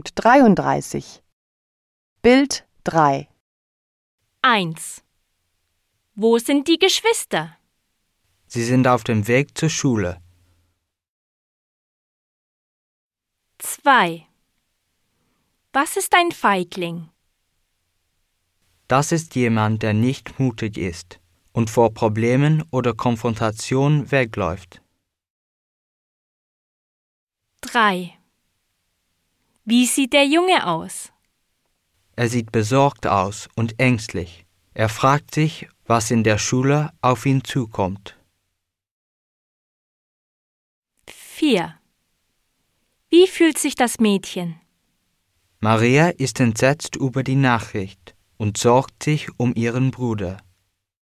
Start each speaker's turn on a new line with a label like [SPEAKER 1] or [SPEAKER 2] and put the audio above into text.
[SPEAKER 1] 1.33 Bild 3
[SPEAKER 2] 1. Wo sind die Geschwister?
[SPEAKER 3] Sie sind auf dem Weg zur Schule.
[SPEAKER 2] 2. Was ist ein Feigling?
[SPEAKER 3] Das ist jemand, der nicht mutig ist und vor Problemen oder Konfrontation wegläuft.
[SPEAKER 2] 3. Wie sieht der Junge aus?
[SPEAKER 3] Er sieht besorgt aus und ängstlich. Er fragt sich, was in der Schule auf ihn zukommt.
[SPEAKER 2] 4. Wie fühlt sich das Mädchen?
[SPEAKER 3] Maria ist entsetzt über die Nachricht und sorgt sich um ihren Bruder.